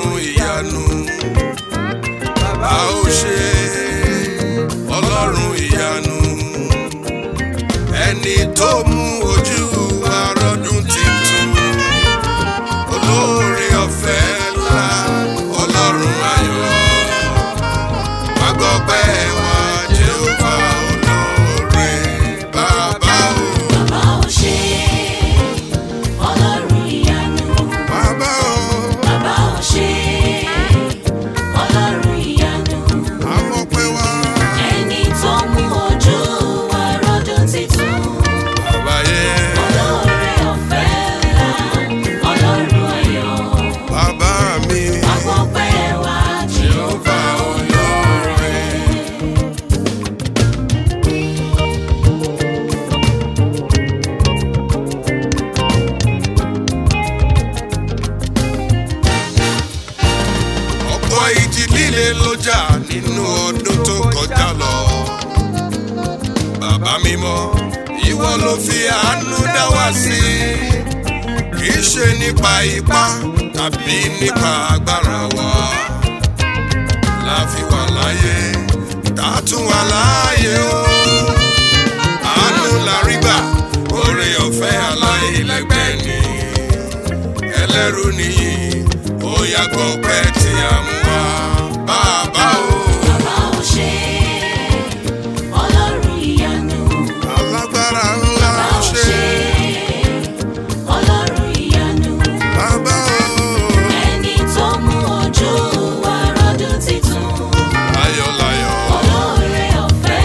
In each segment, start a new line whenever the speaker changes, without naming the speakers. ìyanu a ó ṣe ọlọ́run ìyanu ẹni tó mú ojú wa rọ́dún titun olóore ọ̀fẹ́ ńlá ọlọ́run ayọ̀ wá gbọ́pẹ́ wa jehova olóore bàbá o
Bàbá ò ṣe ọlọ́run ìyanu.
bàbá o.
Bàbá ò ṣe ọlọ́run ìyanu.
Àwọn pẹ́ wá.
Ẹni tó mú ojú wa rọ́dún titun.
Bàbá yẹ,
Olóore ọ̀fẹ́ ńlá ọlọ́run ayọ̀.
bàbá mi,
Àgbọ̀pẹ́ wa
Jèhófà olóore. Ọ̀pọ̀ ìjì líle ló jà nínú ọdún tó kọjá lọ. Bàbá mímọ́, ìwọ ló fi àánú dá wá sí i kìí ṣe nípa ipá tàbí nípa agbára wa la fi wà láyé tá a tún wà láàyè o àánú la rí gbà oore ọ̀fẹ́ aláìlẹ́gbẹ́ ni ẹlẹ́rú nìyí ó yàgò pẹ́ tí a mú wa bàbá o.
bàbá ò ṣe ọlọ́run ìyanu.
alágbára ńlá
Bàbá ò
ṣe
ṣe ọlọ́run ìyanu.
bàbá o.
Ẹni tó mú ojú wa rọ́dún titun.
ayọ̀ láyọ̀
Olóore ọ̀fẹ́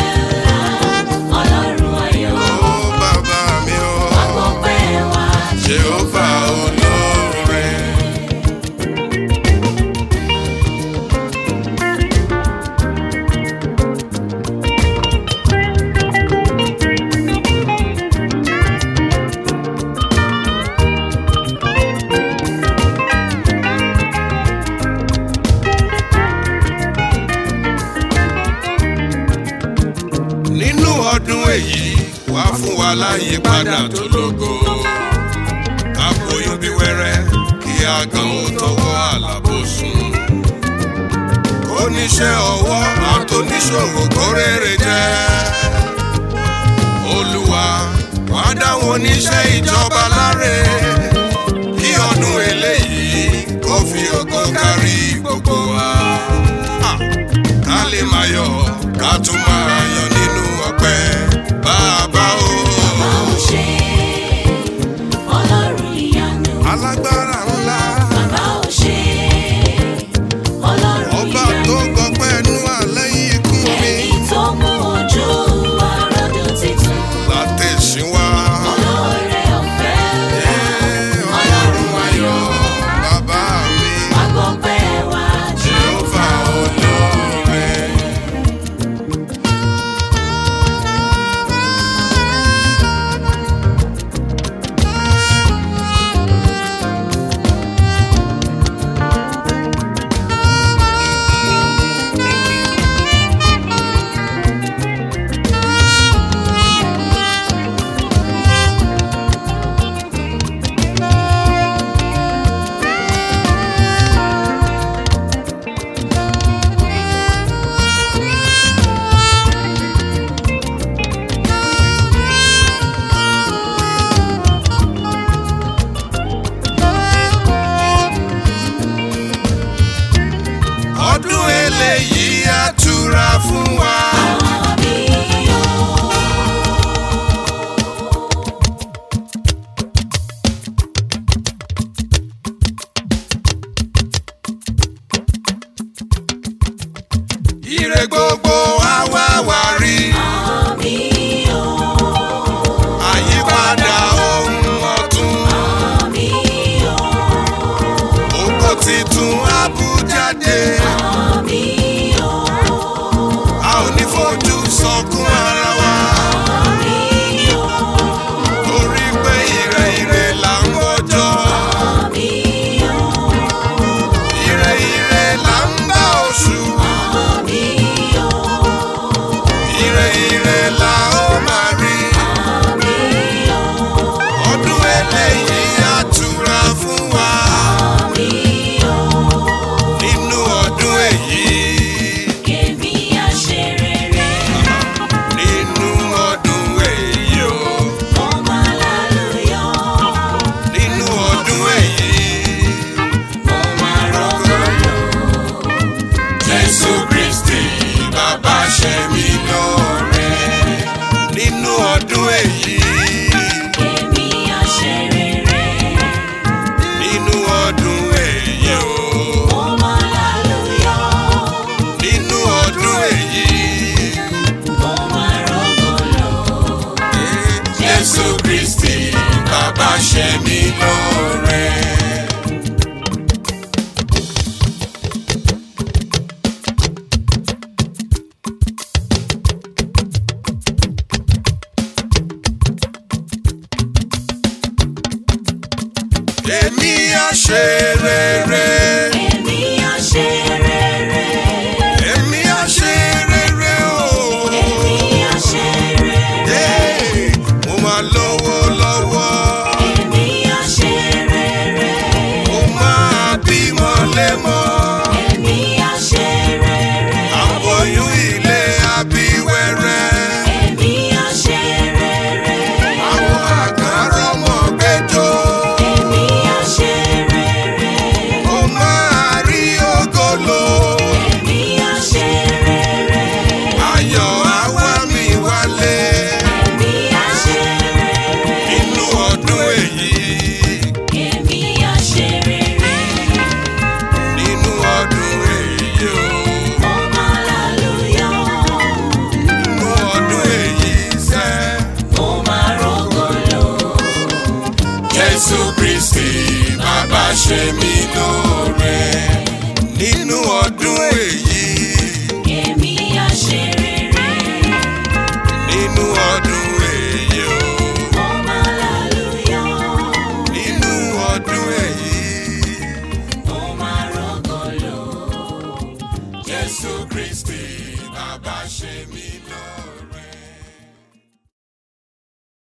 ńlá ọlọ́run ayọ̀.
o bàbá mi o.
Àpọ̀pẹ́ wa
Jehova olóore. Nínú ọdún èyí, wá fún wa láyé padà tó lógo aboyún bí wẹ́rẹ́ kí àgàn ó tọwọ́ àlàbò sùn. oníṣẹ́ ọwọ́ àtòníṣòwò kó rere jẹ́. olúwa wá dáwọn oníṣẹ́ ìjọba láre kí ọdún eléyìí kó fi ògo kárí gbogbo wa. Ha! ká lè máa yọ̀ ká tún máa yọ̀ nínú ọpẹ́ bàbá o.
bá ò ṣe ọlọ́run ìyanu.
alágbára ńlá.
Bàbá ò ṣe ọlọ́run
ọba tó
ìyanu.
gbọpẹ́ ẹnu alẹ́ yìí kún mi.
Ẹni tó mú ojú wa rọ́dún titun.
látẹ̀síwá.
Olóore ọ̀fẹ́ ńlá ọlọ́run ayọ̀.
bàbá mi
Àpọ̀pẹ́ wa
jehova olóore. ọdún eléyìí á túra fún wa.
Àwọn bí yóò.
ire gbogbo àwa wà rí.
Àwọn bí yóò.
àyípadà ohun ọ̀tun.
Àwọn bí yóò.
ògo titun abújáde.
Àwọn bí yóò.
a ò ní fojú sọkún ara wa.
Àwọn bí yóò.
torí pé ire ire là ń wọjọ́
Àwọn bí yóò.
ire ire là ń bá oṣù
Àwọn bí yóò.
ire ire là ó máa rí
Àwọn bí yóò.
ọdún eléyìí á túra fún wa
Àwọn bí yóò.
ní Kristi bàbá ṣe mí lóore nínú ọdún èyí.